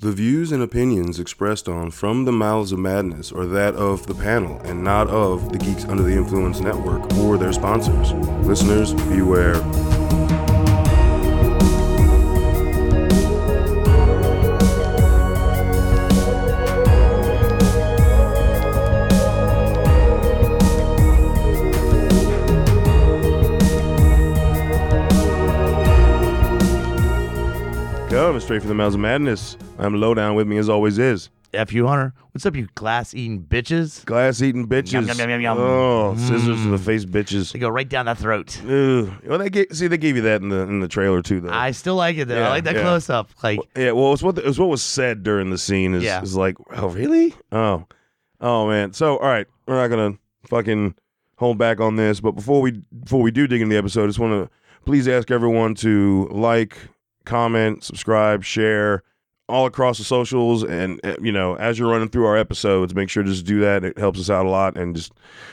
The views and opinions expressed on From the Mouths of Madness are that of the panel and not of the Geeks Under the Influence Network or their sponsors. Listeners, beware. Coming straight from the Mouths of Madness, I'm Lowdown with me as always is. F you, Hunter. What's up, you glass eating bitches? Glass eating bitches. Yum, yum, yum, yum, Mm. yum. Oh, scissors to the face bitches. They go right down the throat. Ugh. Well, they gave, see, they gave you that in the in the trailer too, though. I still like it though. Yeah, I like that yeah. close up. Like, yeah, well, it's what the, it's what was said during the scene is, Yeah. is like, oh, really? Oh, oh man. So, all right, we're not gonna fucking hold back on this, but before we before we do dig into the episode, I just want to please ask everyone to like, comment, subscribe, share all across the socials, and uh, you know, as you're running through our episodes, make sure to just do that. It helps us out a lot, and just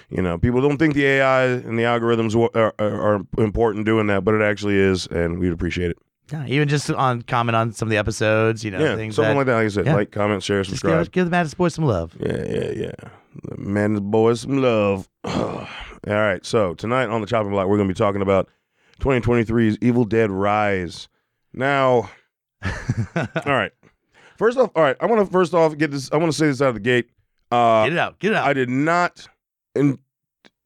you know, people don't think the AI and the algorithms wa- are, are, are important doing that, but it actually is, and we'd appreciate it. yeah, even just on comment on some of the episodes, you know, Yeah, things something that like that. Like I said, yeah. like, comment, share, just give, subscribe. give the Madness Boys some love. Yeah, yeah, yeah. The man and the boys some love. All right, so tonight on the chopping block, we're going to be talking about 2023's Evil Dead Rise. Now, all right. First off, all right. I want to first off get this. I want to say this out of the gate. Uh, get it out. Get it out. I did not in,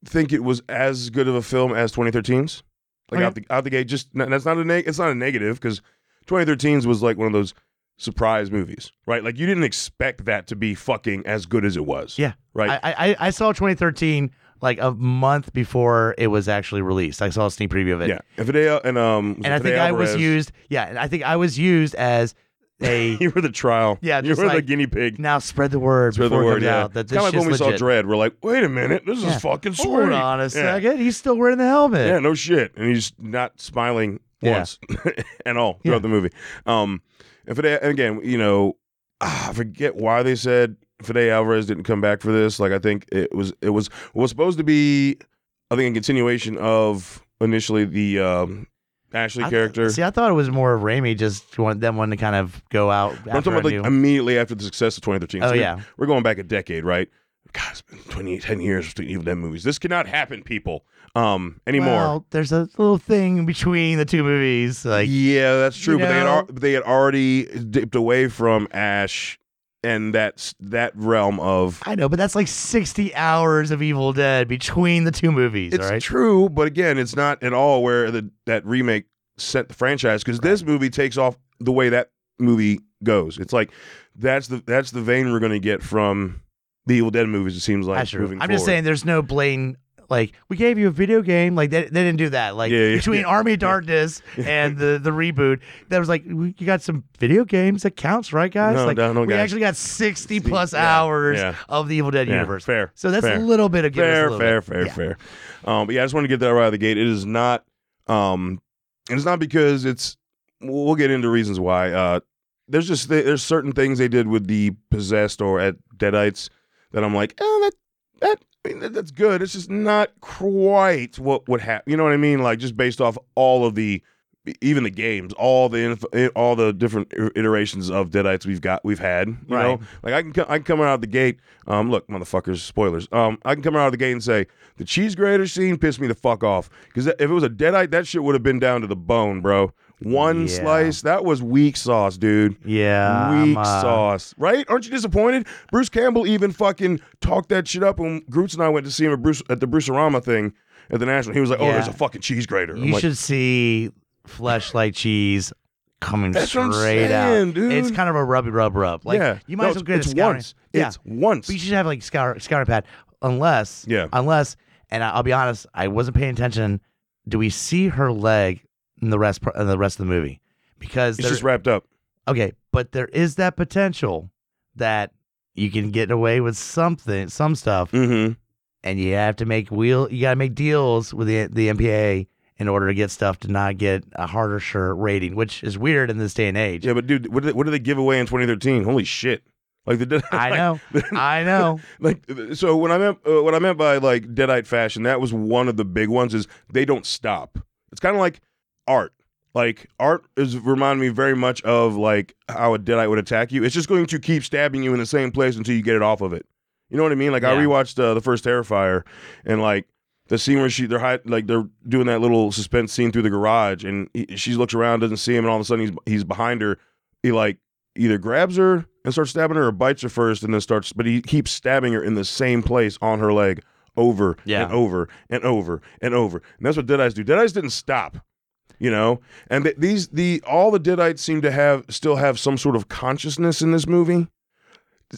think it was as good of a film as 2013's. Like Okay. out the out the gate, just and that's not a neg- it's not a negative because 2013's was like one of those surprise movies, right? Like you didn't expect that to be fucking as good as it was. Yeah. right. I, I, I saw 2013 like a month before it was actually released. I saw a sneak preview of it. yeah, and Fidel and um, was And it I think Fidel I was Alvarez? used. Yeah, and I think I was used as a You were the trial. Yeah, you just were the like- guinea pig. now spread the word Spread the before it word. comes Yeah, out kind that this of like shit's when we saw legit. Dread, we're like, wait a minute, this Yeah. is fucking sweet. Hold on a Yeah. second. He's still wearing the helmet. Yeah, no shit. And he's not smiling Yeah. once at all throughout Yeah. the movie. Um, and Fede, and again, you know, ah, I forget why they said Fede Alvarez didn't come back for this. Like, I think it was it was was supposed to be, I think, a continuation of initially the um, Ashley I th- character. See, I thought it was more of Raimi just want them wanting to kind of go out. But I'm after talking about a like new- immediately after the success of 2013. oh So yeah, we're going back a decade, right? God, it's been 20, 10 years between Evil Dead movies. This cannot happen, people, um, anymore. Well, there's a little thing between the two movies, like yeah, that's true. you But they had know? al- they had already dipped away from Ash and that's that realm of. I know, but that's like 60 hours of Evil Dead between the two movies, It's all right? true, but again, it's not at all where the, that remake set the franchise because this movie takes off the way that movie goes. It's like that's the that's the vein we're going to get from the Evil Dead movies. It seems like That's true. I'm moving just forward. saying, there's no blatant like we gave you a video game, like they, they didn't do that. Like Yeah, yeah, between yeah. Army of Darkness and the the reboot, that was like we- you got some video games that counts, right, guys? No, like no, no, we guys. actually got 60 plus Yeah, hours yeah. of the Evil Dead Yeah, universe. fair, So that's fair. a little bit of give us a fair, little fair, bit. fair, Yeah. fair. Um, but yeah, I just want to get that right out of the gate. It is not, um, and it's not because it's. We'll we'll get into reasons why. Uh, there's just there's certain things they did with the possessed or at Deadites that I'm like, oh, that that. I mean, that- that's good. It's just not quite what would happen. You know what I mean? Like just based off all of the, e, even the games, all the inf- eh, all the different i- iterations of Deadites we've got, we've had. You Right. know, like I can co- I can come out of the gate. Um, look, motherfuckers, spoilers. Um, I can come out of the gate and say the cheese grater scene pissed me the fuck off because if it was a Deadite, that shit would have been down to the bone, bro. One Yeah. slice, that was weak sauce, dude. Yeah. I'm, Weak uh, sauce, right? Aren't you disappointed? Bruce Campbell even fucking talked that shit up when Groots and I went to see him at Bruce at the Brucerama thing at the National. He was like, "Oh, Yeah. there's a fucking cheese grater." I'm You like, should see flesh like cheese coming That's what straight I'm saying, out. dude. It's kind of a rubby rub rub. Like yeah, you might No, as well it's- get a it's scouring. once. Yeah. It's once. But you should have like scour scouring pad unless Yeah. unless and I- I'll be honest, I wasn't paying attention. Do we see her leg in the rest in the rest of the movie? Because It's there- just wrapped up. okay, but there is that potential that you can get away with something, some stuff, Mm-hmm. and you have to make wheel. You got to make deals with the the MPA in order to get stuff to not get a harder shirt rating, which is weird in this day and age. Yeah, but dude, what did they, what did they give away in 2013? Holy shit! Like the Dead- I know, like- I know. like so when i meant uh, what i meant by like deadite fashion that was one of the big ones is they don't stop it's kind of like art like art is reminding me very much of like how a deadite would attack you. It's just going to keep stabbing you in the same place until you get it off of it. You know what I mean? Like I Yeah. rewatched uh, the first Terrifier, and like the scene where she they're hide, like they're doing that little suspense scene through the garage, and he, she looks around, doesn't see him, and all of a sudden he's he's behind her. He like either grabs her and starts stabbing her, or bites her first, and then starts. But he keeps stabbing her in the same place on her leg over Yeah. and over and over and over. And that's what Deadites do. Deadites didn't stop, you know. And th- these the all the Deadites seem to have still have some sort of consciousness in this movie.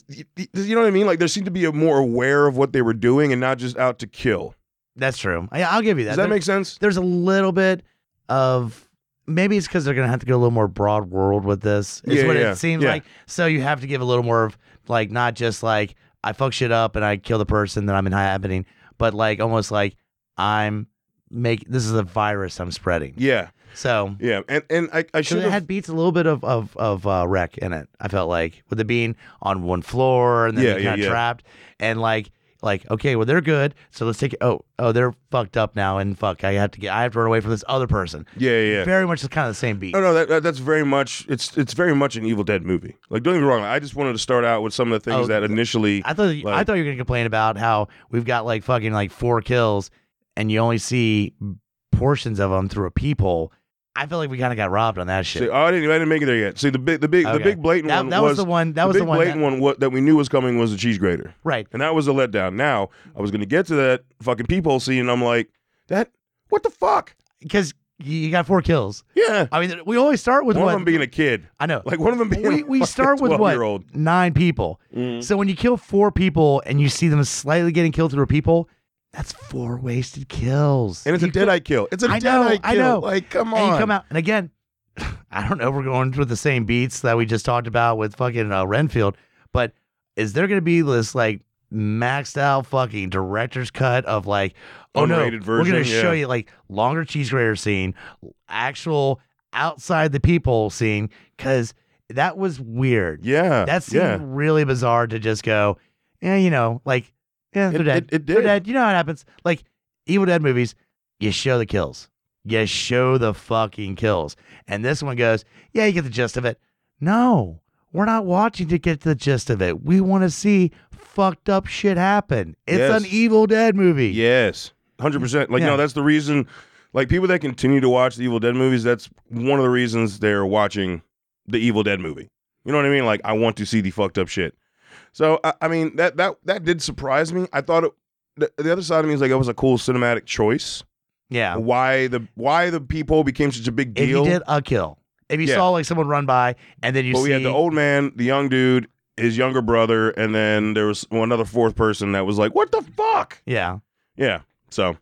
Y- y- You know what I mean? Like there seemed to be a more aware of what they were doing and not just out to kill. That's true. I, I'll give you that. Does that There- make sense? there's a little bit of maybe it's because they're gonna have to go a little more broad world with this. Is Yeah, what yeah, it seems yeah. like. So you have to give a little more of like not just like I fuck shit up and I kill the person that I'm inhabiting, but like almost like I'm make this is a virus I'm spreading. Yeah, So yeah. And and I, I so should it have had beats a little bit of of of uh, wreck in it. I felt like with it being on one floor and then Yeah, being yeah, kind of yeah. trapped and like like okay, well they're good, so let's take it. Oh oh, they're fucked up now and fuck, I have to get I have to run away from this other person. yeah, yeah. yeah. Very much the kind of the same beat. No, no, that, that that's very much it's it's very much an Evil Dead movie. Like, don't get me wrong. I just wanted to start out with some of the things Oh, that initially. I thought I like- thought you were gonna complain about how we've got like fucking like four kills and you only see portions of them through a peephole. I feel like we kind of got robbed on that shit. See, oh, I didn't I didn't make it there yet. See, the big the big Okay. the big blatant that one that was, the one. That was big the one. blatant that- one what, that we knew was coming was the cheese grater, right. and that was a letdown. Now I was going to get to that fucking peephole scene, and I'm like, that what the fuck? Because you got four kills. Yeah, I mean, we always start with one what- of them being a kid, I know. like one of them being we a we start with twelve what year old. nine people. Mm-hmm. So when you kill four people and you see them slightly getting killed through a people, that's four wasted kills. And it's a You dead could- eye kill. It's a I dead know, eye kill. I know. Like, come on. And you come out, and again, I don't know. if We're going through the same beats that we just talked about with fucking uh, Renfield, but is there going to be this like maxed out fucking director's cut of like, oh no, Unrated we're going to version, show yeah. you like longer cheese grater scene, actual outside the people scene because that was weird. Yeah, That seemed Uh, yeah. really bizarre to just go, yeah, you know, like, yeah, It- they're dead. it- it They're did. dead. You know how it happens. Like, Evil Dead movies, you show the kills. You show the fucking kills. And this one goes, yeah, you get the gist of it. No, we're not watching to get the gist of it. We want to see fucked up shit happen. It's Yes. an Evil Dead movie. Yes, hundred percent. Like, Mm. Yeah. no, that's the reason. Like, people that continue to watch the Evil Dead movies, that's one of the reasons they're watching the Evil Dead movie. You know what I mean? Like, I want to see the fucked up shit. So, I, I mean, that that that did surprise me. I thought it, the, the other side of me is like, it was a cool cinematic choice. Yeah. Why the why the people became such a big If you Oh, deal? did a kill, if you Yeah. saw like someone run by and then you but see we had the old man, the young dude, his younger brother, and then there was another fourth person that was like, "What the fuck?" yeah, Yeah. So,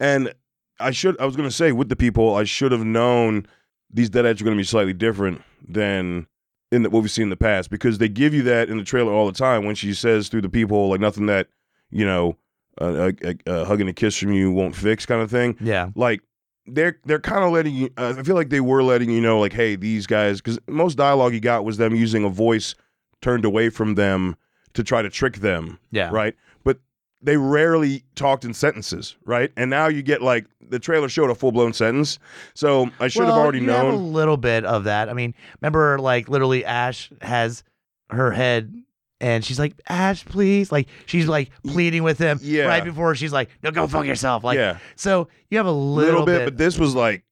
and I should, I was going to say with the people, I should have known these deadites are going to be slightly different than in the, what we've seen in the past because they give you that in the trailer all the time when she says through the people, like nothing that, you know, a, a, a, a hug and a kiss from you won't fix kind of thing. yeah, Like, they're they're kind of letting you. Uh, I feel like they were letting you know, like, hey, these guys, because most dialogue you got was them using a voice turned away from them to try to trick them yeah, right? But they rarely talked in sentences, right? And now you get like the trailer showed a full blown sentence, so I should Well, have already you Have a known. little bit of that. I mean, remember, like literally, Ash has her head, and she's like, "Ash, please!" Like she's like pleading with him Yeah. right before she's like, "No, go fuck yourself!" Like, yeah, so you have a little, bit, but this was like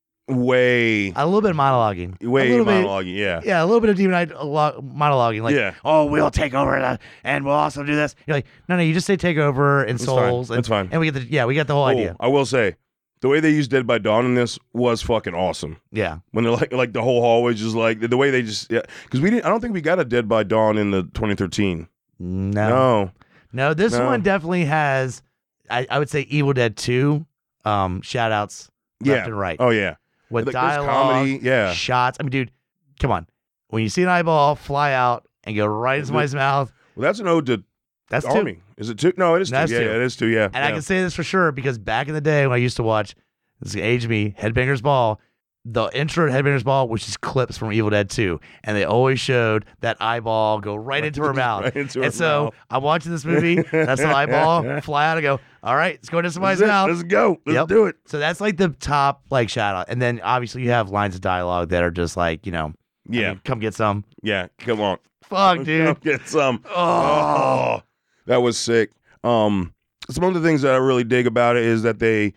way, a little bit of monologuing, a way little bit- monologue. Yeah, yeah, a little bit of demonite monologuing, like, yeah, "Oh, we'll take over, the, and we'll also do this." You're like, "No, no, you just say take over and It's souls, fine. and, That's fine. and we get the yeah, we got the whole Oh, idea, I will say, the way they used Dead by Dawn in this was fucking awesome. yeah, When they're like, like the whole hallway just like the way they just, yeah, because we didn't. I don't think we got a Dead by Dawn in the 2013. no, No, No, this No. one definitely has. I, I would say Evil Dead Two. Um, shout outs left yeah, and right oh yeah, with Like, there's dialogue, comedy, yeah. shots. I mean, dude, come on. When you see an eyeball fly out and go right into somebody's mouth, Well, that's an ode to that's two. Army. Is it two? No, it is two. Yeah, That's two. yeah, it is two. Yeah, And I yeah. can say this for sure because back in the day when I used to watch, this is gonna age me, Headbangers Ball, the intro to Headbangers Ball, which is clips from Evil Dead 2, and they always showed that eyeball go right into her mouth. Right into her and so mouth. I'm watching this movie. That's the eyeball fly out. I go, all right, it's going to somebody's That's it. mouth. Let's go. Let's Yep. do it. So that's like the top like shout out. And then obviously you have lines of dialogue that are just like, you know, I Yeah, mean, come get some. yeah. Come on, Fuck, dude. Come get some. Oh. Oh, that was sick. Um, some of the things that I really dig about it is that they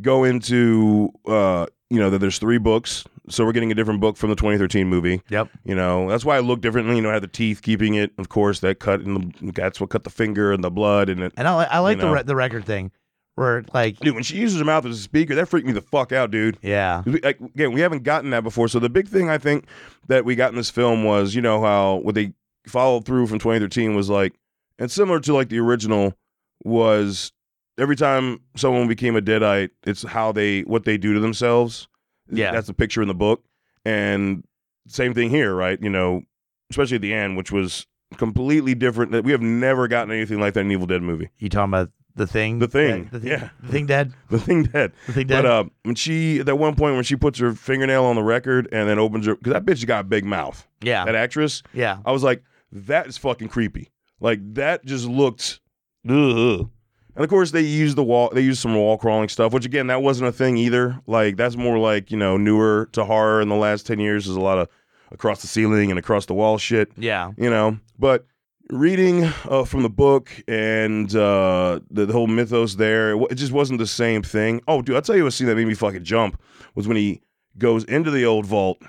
go into uh, you know, that there's three books, so we're getting a different book from the 2013 movie. Yep. You know, that's why it looked differently. You know, I had the teeth keeping it, of course, that cut and the, that's what cut the finger and the blood and it. And I, li- I like You the know. re- the record thing where like, Dude, when she uses her mouth as a speaker, that freaked me the fuck out, dude. yeah. We- like, again, we haven't gotten that before. So the big thing I think that we got in this film was, you know, how what they followed through from 2013 was like, and similar to like the original was every time someone became a deadite, it's how they what they do to themselves. Yeah. that's the picture in the book, and same thing here, right? You know, especially at the end, which was completely different. That we have never gotten anything like that in Evil Dead movie. You talking about the thing? The Thing, The, thing yeah. The thing dead. The thing dead. The thing dead. But uh, when she at one point when she puts her fingernail on the record and then opens her because that bitch got a big mouth. yeah. That actress, yeah. I was like, that is fucking creepy. Like that just looked. Ugh. And of course they used the wall. They used some wall crawling stuff, which again that wasn't a thing either. Like that's more like you know newer to horror in the last ten years. There's a lot of across the ceiling and across the wall shit Yeah. you know but reading uh, from the book and uh, the, the whole mythos there it, w- it just wasn't the same thing oh dude i'll tell you a scene that made me fucking jump was when he goes into the old vault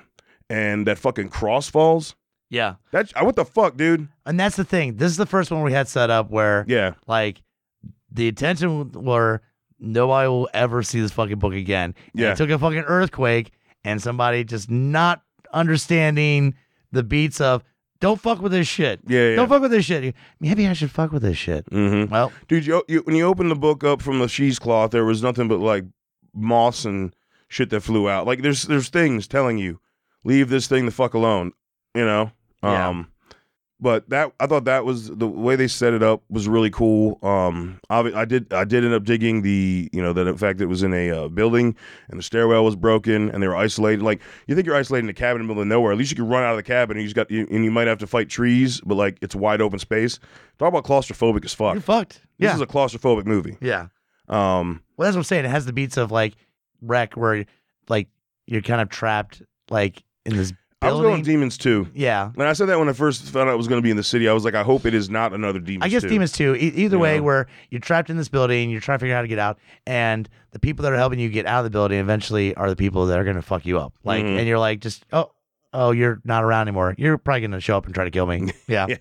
and that fucking cross falls Yeah. that I- what the fuck dude And that's the thing. This is the first one we had set up where yeah like the intention were nobody will ever see this fucking book again. And Yeah. It took a fucking earthquake and somebody just not understanding the beats of don't fuck with this shit. yeah, yeah. Don't fuck with this shit. Maybe I should fuck with this shit. hmm Well, dude you, you, when you opened the book up from the cheesecloth, there was nothing but like moss and shit that flew out like there's there's things telling you leave this thing the fuck alone you know Yeah. um but that i thought that was the way they set it up was really cool um obvi- i did i did end up digging the you know that in fact it was in a uh, building and the stairwell was broken and they were isolated like you think you're isolated in a cabin in the middle of nowhere at least you can run out of the cabin and you just got you, and you might have to fight trees but like it's wide open space talk about claustrophobic as fuck you're fucked. this yeah. is a claustrophobic movie. yeah. Um, Well, that's what I'm saying. It has the beats of like wreck where like you're kind of trapped like in this I was building. going Demons 2. yeah. And I said that when I first found out it was going to be in the city. I was like, I hope it is not another Demons I guess 2. demons too. E- either way, Yeah. where you're trapped in this building, you're trying to figure out how to get out, and the people that are helping you get out of the building eventually are the people that are going to fuck you up. Like, Mhm. and you're like, just oh, oh, you're not around anymore. You're probably going to show up and try to kill me. Yeah, Yeah.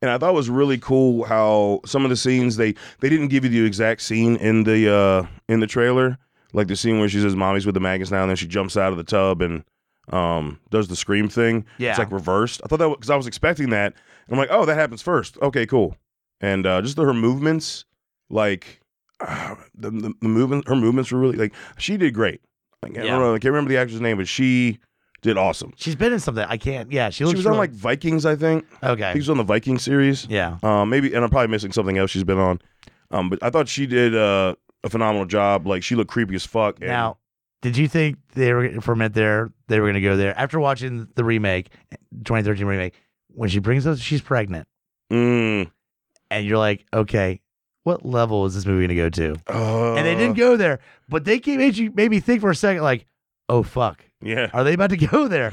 And I thought it was really cool how some of the scenes they they didn't give you the exact scene in the uh in the trailer, like the scene where she says mommy's with the maggots now and then she jumps out of the tub and um does the scream thing. yeah. It's like reversed. I thought that because I was expecting that. And I'm like, oh, that happens first. Okay, cool. And uh, just her movements, like uh, the, the the movement, her movements were really like she did great. Like, I Yeah. don't know, I can't remember the actress name, but she did awesome. She's been in something. I can't. Yeah, she She looks was on really- like Vikings, I think. I okay. think she was on the Viking series. Yeah, Um, maybe, and I'm probably missing something else she's been on. Um, but I thought she did uh, a phenomenal job. Like she looked creepy as fuck. and- Now, did you think they were for a minute there they were going to go there after watching the remake, 2013 remake? When she brings up she's pregnant, Mm, and you're like, okay, what level is this movie going to go to? uh, and they didn't go there. But they came, made you made me think for a second, like, oh fuck, Yeah. are they about to go there?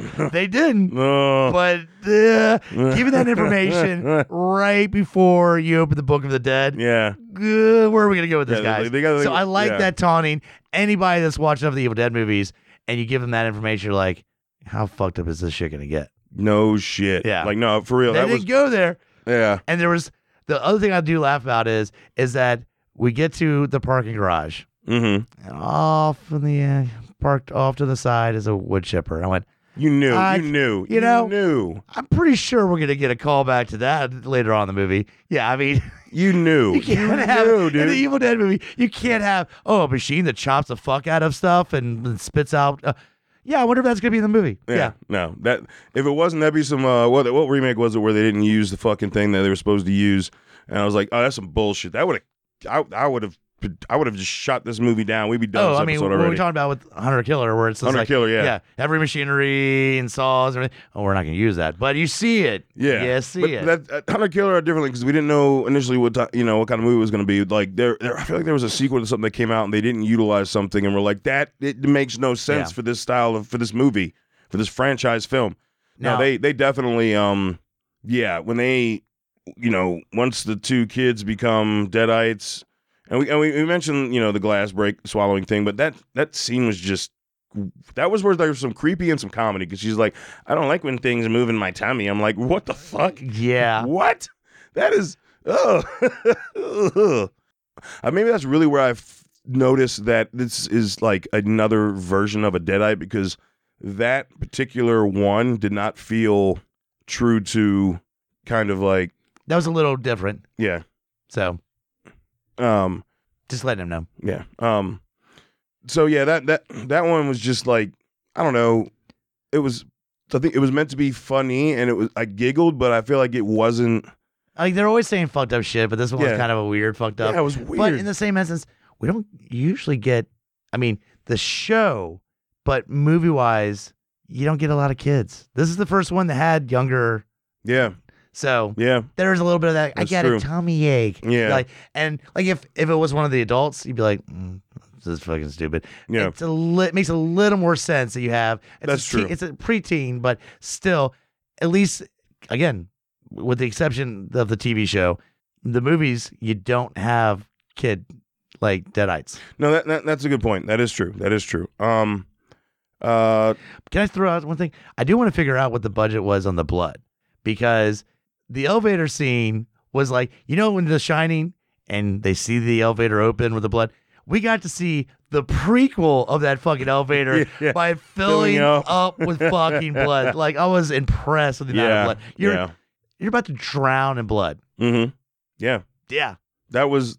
they didn't. Uh, But uh, given that information right before you open the Book of the Dead, yeah. good, where are we gonna go with this, Yeah, guys? they gotta- so I like yeah. that taunting. Anybody that's watching other Evil Dead movies and you give them that information, you're like, how fucked up is this shit gonna get? No shit. Yeah. Like no, for real. they that didn't was go there. yeah. And there was the other thing I do laugh about is is that we get to the parking garage. Mm-hmm. and off in the uh, parked off to the side is a wood chipper. I went, You knew. I- you knew. you know- knew. I'm pretty sure we're gonna get a call back to that later on in the movie. Yeah, I mean, You knew. you can't have knew, in dude. the Evil Dead movie, you can't have oh a machine that chops the fuck out of stuff and, and spits out. Uh, yeah, I wonder if that's gonna be in the movie. Yeah, No. That if it wasn't, that'd be some. Uh, what what remake was it where they didn't use the fucking thing that they were supposed to use? And I was like, oh, that's some bullshit. That would have. I I would have I would have just shot this movie down. We'd be done oh, with I this mean, episode what were we already. talking about with Hunter Killer, where it's just Hunter like, Killer, yeah. heavy machinery and saws and everything. Oh, we're not going to use that, but you see it. Yeah, You see but it. That, that Hunter Killer are differently because we didn't know initially what ti- you know what kind of movie it was going to be. Like there, there, I feel like there was a sequel to something that came out and they didn't utilize something, and we're like that. It makes no sense Yeah. for this style of for this movie for this franchise film. Now, Now- they they definitely um yeah when they you know once the two kids become deadites and we and we, we mentioned you know the glass break swallowing thing, but that that scene was just. That was where there was some creepy and some comedy because she's like, I don't like when things move in my tummy. I'm like, what the fuck? yeah. What? That is. Ugh. Ugh. Uh, maybe that's really where I've noticed that this is like another version of a Deadite because that particular one did not feel true to kind of like That was a little different. yeah So um just letting him know. yeah um so yeah that that that one was just like I don't know it was I think it was meant to be funny and it was I giggled but I feel like it wasn't Like they're always saying fucked up shit, but this one Yeah. was kind of a weird fucked up. yeah it was weird But in the same essence, we don't usually get. I mean, the show, but movie wise, you don't get a lot of kids. This is the first one that had younger. yeah So yeah there's a little bit of that. That's I got true. a tummy ache. Yeah. Like and like if if it was one of the adults, you'd be like, mm, this is fucking stupid. yeah It's a li- makes a little more sense that you have. It's That's a teen- true. It's a preteen, but still, at least again, with the exception of the TV show, the movies you don't have kid like deadites. No, that, that that's a good point. That is true. That is true. Um, uh, Can I throw out one thing? I do want to figure out what the budget was on the blood because the elevator scene was like, you know, when The Shining and they see the elevator open with the blood, we got to see the prequel of that fucking elevator Yeah. by filling, up. up. with fucking blood. Like, I was impressed with the amount yeah, of blood. You're, yeah, you're about to drown in blood. mm-hmm. yeah. Yeah. That was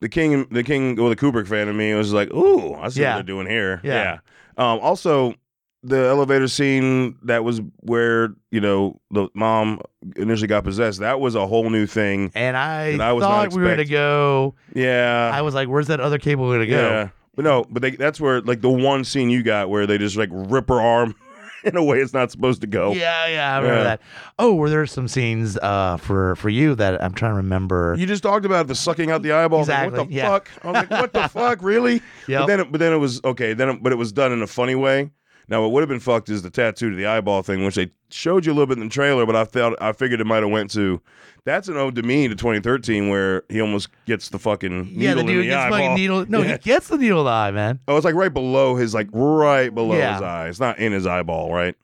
the king. The king or the Kubrick fan in me was like, "Ooh, I see what Yeah. they're doing here." Yeah. Yeah. Um, also, the elevator scene that was where you know the mom initially got possessed. That was a whole new thing. And I, And I was not thought we were going to expect- go. Yeah. I was like, where's that other cable going to go? Yeah. But no, but they, that's where like the one scene you got where they just like rip her arm in a way it's not supposed to go. Yeah, yeah, I remember Yeah. that. Oh, were there some scenes uh, for for you that I'm trying to remember? You just talked about the sucking out the eyeball. I was like, what the Exactly, yeah. fuck? I was like, what the fuck? Really? But Yep. then, it, but then it was okay. Then, it, but it was done in a funny way. Now, what would have been fucked is the tattoo to the eyeball thing, which they showed you a little bit in the trailer. But I thought I figured it might have went to. That's an ode to me to 2013, where he almost gets the fucking needle yeah, the in dude the gets eyeball. fucking needle. No, Yeah. he gets the needle in the eye, man. Oh, it's like right below his, like right below Yeah. his eye. It's not in his eyeball, right?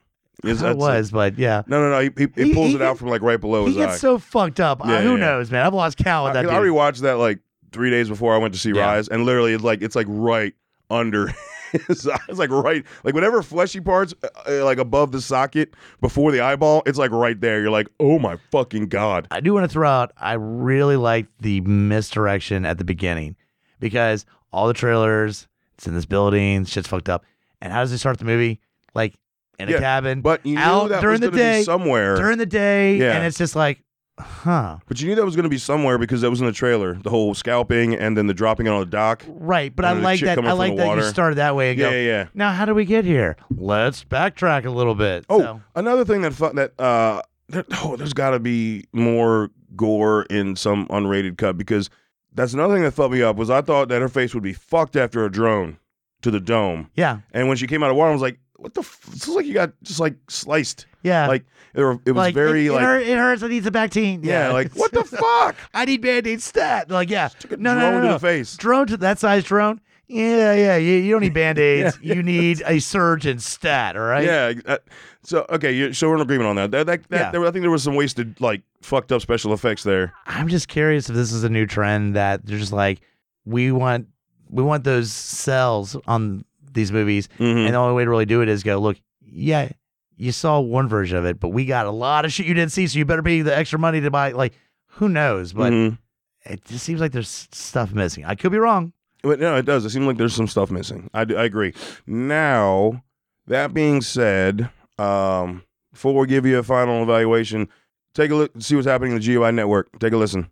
Is- That that's- was, but yeah, No, no, no. He, he, he He- pulls he it out gets- from like right below he his gets eye. so fucked up. Uh, Yeah, who yeah. knows, man? I've lost count with that I, dude. I rewatched that like three days before I went to see Yeah. Rise, and literally, it's like it's like right under his eye. It's like right, like whatever fleshy parts, uh, uh, like above the socket before the eyeball, it's like right there. You're like, oh my fucking god. I do want to throw out. I really like the misdirection at the beginning because all the trailers. It's in this building. Shit's fucked up. And how does it start the movie? Like in a Yeah, cabin But you knew Out that during was the gonna be day, somewhere. during the day, Yeah. and it's just like, huh. but you knew that was going to be somewhere because that was in the trailer. The whole scalping and then the dropping it on the dock. Right, but I And the like chick that. coming I from like the that you water. started that way and Yeah, go. yeah, yeah. Now, how do we get here? Let's backtrack a little bit. Oh, So- another thing that fu- that uh, there, oh, there's got to be more gore in some unrated cut because that's another thing that fucked me up was I thought that her face would be fucked after a drone to the dome, yeah, and when she came out of water, I was like, "What the? F-? This looks like you got just like sliced. yeah. like there were, it was Like, very it, it like hurt- it hurts. I need some Bactine. yeah, like what the fuck? I need band-aid stat. Like, yeah, Took a no, no, drone no, to no. the face. drone to that size drone. Yeah, yeah. You, you don't need band aids. You need a surgeon stat. All right. Yeah. ex- uh, So okay, you so we're in agreement on that. That, that, that Yeah. there, I think there was some wasted like fucked up special effects there. I'm just curious if this is a new trend that they're just like, we want we want those cells on these movies Mhm. And the only way to really do it is go, look, yeah, you saw one version of it, but we got a lot of shit you didn't see, so you better pay the extra money to buy. Like, who knows? But Mhm. it just seems like there's stuff missing. I could be wrong. But no, it does. It seems like there's some stuff missing. I, do- I agree. Now, that being said, um, before we give you a final evaluation, take a look, see what's happening in the GUI network. Take a listen.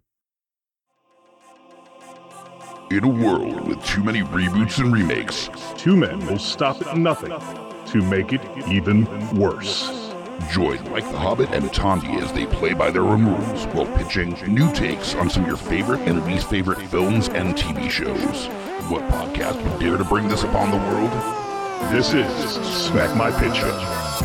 In a world with too many reboots and remakes, Two men will stop at nothing to make it even worse. join Mike the Hobbit and Tandy as they play by their own rules while pitching new takes on some of your favorite and least favorite films and TV shows. What podcast would dare to bring this upon the world? This is Smack My Pitch Up.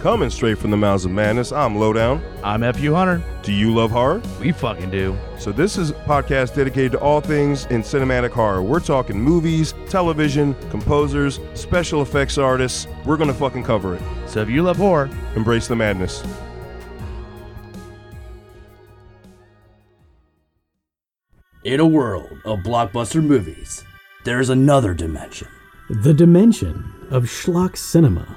Coming straight from the mouths of madness, I'm Lowdown. I'm F.U. Hunter. Do you love horror? We fucking do. So this is a podcast dedicated to all things in cinematic horror. We're talking movies, television, composers, special effects artists. We're gonna fucking cover it. So if you love horror, Embrace the madness. In a world of blockbuster movies, there's another dimension. The dimension of schlock cinema.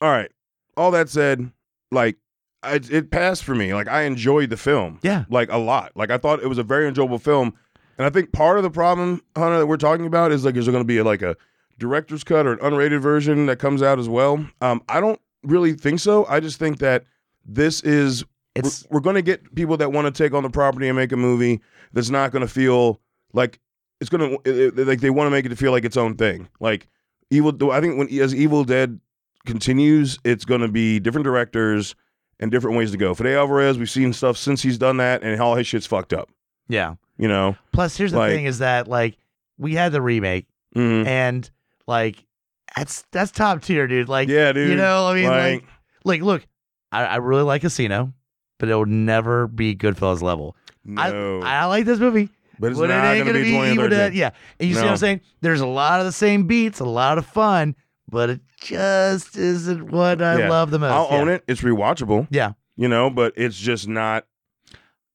All right. All that said, like I, it passed for me. Like I enjoyed the film. Yeah. Like a lot. Like I thought it was a very enjoyable film. And I think part of the problem, Hunter, that we're talking about is like is there going to be like a director's cut or an unrated version that comes out as well? Um, I don't really think so. I just think that this is we're- it's we're, going to get people that want to take on the property and make a movie that's not going to feel like it's going to like they want to make it to feel like its own thing. Like Evil, I think when as Evil Dead continues, it's going to be different directors and different ways to go. Fede Alvarez, we've seen stuff since he's done that, and all his shit's fucked up. yeah. You know, Plus, here's the Like- thing: is that like we had the remake, Mhm. and like that's that's top tier, dude. Like, yeah, dude. you know, I mean, like, Like, like, look, I, I really like Casino, but it would never be Goodfellas level. no, I I like this movie. but Oh. it's But it not ain't going to gonna be twenty Evil or Dead. thirty. Yeah. And you see what No. I'm saying? There's a lot of the same beats, a lot of fun, but it just isn't what I Yeah. love the most. I'll yeah. own it. It's rewatchable. Yeah. you know, but it's just not.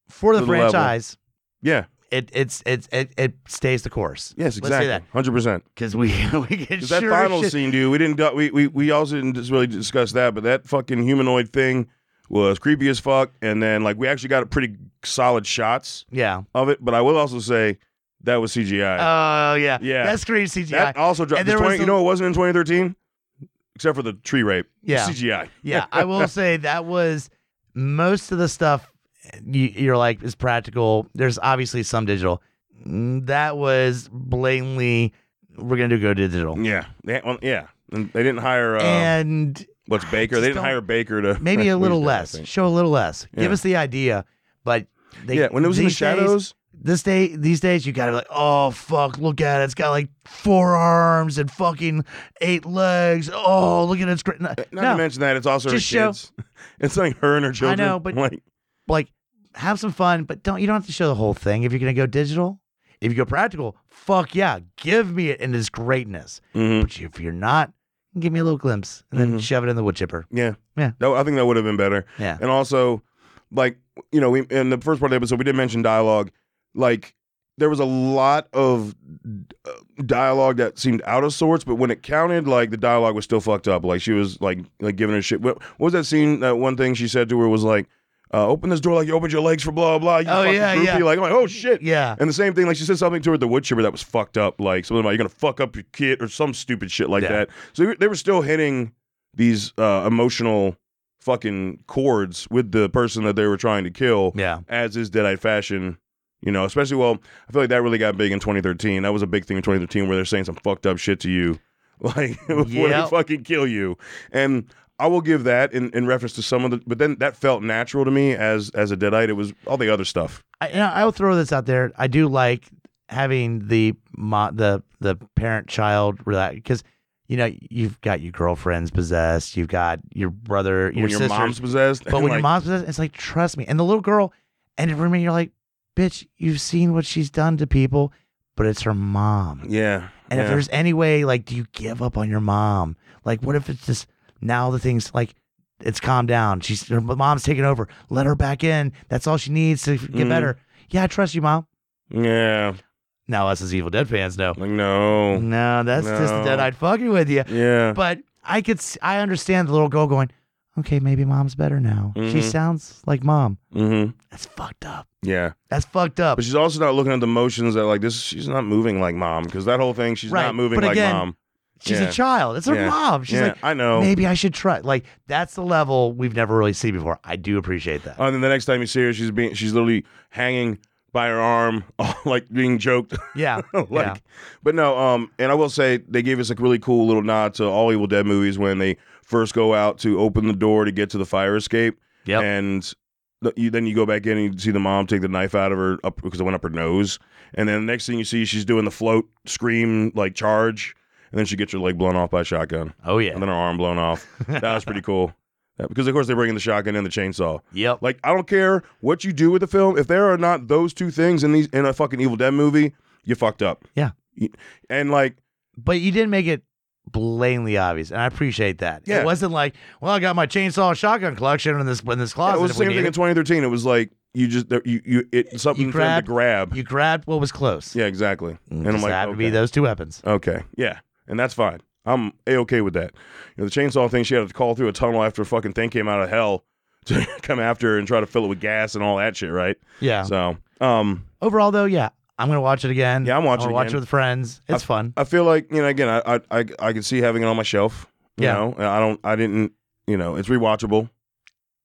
For To the the level. franchise, Yeah. it it's it's it, it stays the course. Yes. Let's say Exactly. that. Hundred percent. Because we we get Because sure that final shit- scene, dude, we didn't do- we, we we also didn't just really discuss that, but that fucking humanoid thing was creepy as fuck. And then like we actually got a pretty solid shots Yeah. of it, but I will also say that was Oh CGI. yeah. Yeah. That's great CGI. that also dropped. And the there 20 was you a- know, it wasn't in 2013, except for the tree rape. Yeah. CGI. yeah. I will say that was most of the stuff you, you're like is practical. There's obviously some digital. Mm, That was blatantly we're gonna do go digital. Yeah, they, well, yeah. And they didn't hire uh, and what's I Baker. They just didn't don't- hire Baker to maybe a we little did that, I less. think. Show a little less. Yeah. Give us the idea, but they, yeah, when it was in the these days- shadows. this day, these days, you gotta be like, oh fuck, look at it. It's got like four arms and fucking eight legs. Oh, look at it. It's great. No, Uh, Not to mention that it's also her Just show- kids. It's like her and her children. know, but- like like have some fun, but don't you don't have to show the whole thing if you're gonna go digital. If you go practical, fuck yeah, give me it in its greatness. mhm. But if you're not, give me a little glimpse and then Mhm. shove it in the wood chipper. Yeah. Yeah. That, I think that would have been better. Yeah. And also, like, you know, we in the first part of the episode, we did mention dialogue. Like, there was a lot of uh, dialogue that seemed out of sorts, but when it counted, like, the dialogue was still fucked up. Like, she was, like, like giving her shit. What, what was that scene? That one thing she said to her was, like, uh, open this door like you opened your legs for blah, blah. You Oh, fucking yeah, groupie. yeah. Like, I'm like, oh, shit. Yeah. And the same thing, like she said something to her at the wood chipper that was fucked up, like something about you're gonna fuck up your kid or some stupid shit like Yeah. that. So they were- they were still hitting these uh, emotional fucking chords with the person that they were trying to kill, Yeah. as is Deadite fashion. You know, especially well, I feel like that really got big in 2013. That was a big thing in 2013 where they're saying some fucked up shit to you, like before Yep. they fucking kill you. And I will give that in, in reference to some of the, but then that felt natural to me as as a deadite. It was all the other stuff. I, and I'll throw this out there. I do like having the mo- the the parent child relax because you know you've got your girlfriends possessed, you've got your brother, your when your sisters, mom's possessed, but when your like, mom's possessed, it's like trust me. And the little girl, and for me, you're like, bitch, you've seen what she's done to people, but it's her mom. yeah, And if yeah. there's any way, like, do you give up on your mom? Like, what if it's just now the thing's like, it's calmed down. She's her mom's taking over. Let her back in. That's all she needs to get Mhm. better. Yeah, I trust you, mom. yeah, Now us as Evil Dead fans know. like no, No, that's just No. dead. I'd fucking with you. yeah, But I could, s- I understand the little girl going, okay, maybe mom's better now. She Mhm. sounds like mom. mm-hmm. That's fucked up. yeah. That's fucked up. But she's also not looking at the motions that like this. She's not moving like mom because that whole thing. She's Right, not moving but like again, mom. She's yeah. a child. It's her Yeah. mom. She's yeah, like, I know. maybe I should try. Like, that's the level we've never really seen before. I do appreciate that. And then the next time you see her, she's being she's literally hanging by her arm, like being joked. Yeah. like, yeah. but no. Um, and I will say they gave us a really cool little nod to all Evil Dead movies when they first go out to open the door to get to the fire escape. Yep. And th- you, then you go back in and you see the mom take the knife out of her up because it went up her nose. And then the next thing you see, she's doing the float scream like charge, and then she gets her leg blown off by a shotgun, Oh yeah. and then her arm blown off. that was pretty cool. Yeah, Because of course they bring in the shotgun and the chainsaw. Yep. Like I don't care what you do with the film. If there are not those two things in these in a fucking Evil Dead movie, you fucked up. Yeah. Y- And like but you didn't make it blatantly obvious, and I appreciate that. Yeah. It wasn't like, well, I got my chainsaw and shotgun collection in this in this it closet. was the if we same need thing in it. 2013. It was like you just there- you you it something for them grab- to grab. you grabbed what was close. yeah, exactly. Mm, and I'm just like, happened okay. to be those two weapons. okay, yeah, and that's fine. I'm a okay with that. You know, the chainsaw thing. She had to call through a tunnel after a fucking thing came out of hell to come after her and try to fill it with gas and all that shit, right? Yeah. So, um, Overall, though, yeah, I'm gonna watch it again. Yeah, I'm watching i it watch it again. with friends. It's I- fun. I feel like you know again I I I, I could see having it on my shelf. You Yeah. know, I don't I didn't you know it's rewatchable.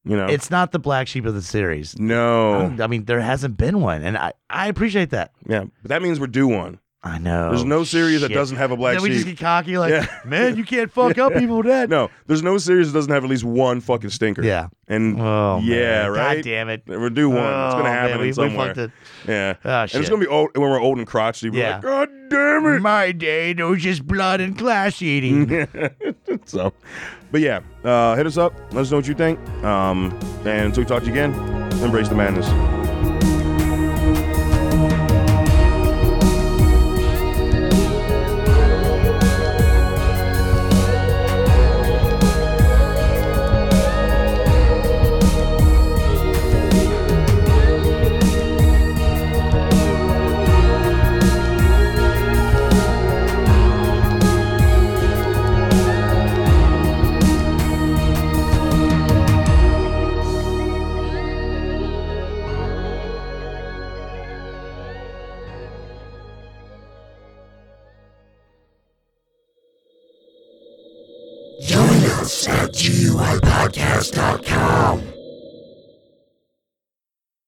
You know, It's Um, not the black sheep of the series. no I'm- I mean, there hasn't been one, and I, I appreciate that. yeah, but that means we're due one. I know. There's no series oh, shit. that doesn't have a black Then we just sheep. get cocky, like, Yeah. man, you can't fuck up people with that. No, there's no series that doesn't have at least one fucking stinker. Yeah. and Oh. yeah, man. right. God damn it. We're due one. it's Oh, gonna man, happen we, in somewhere. We fucked it. Yeah, Oh, and it's gonna be old when we're old and crotchety. We're Yeah. like, God damn it. my day. There was just blood and clash eating. so, but yeah, uh, hit us up. Let us know what you think. Um, and until we talk to you again, embrace the madness. Jonas at GUIPodcast.com.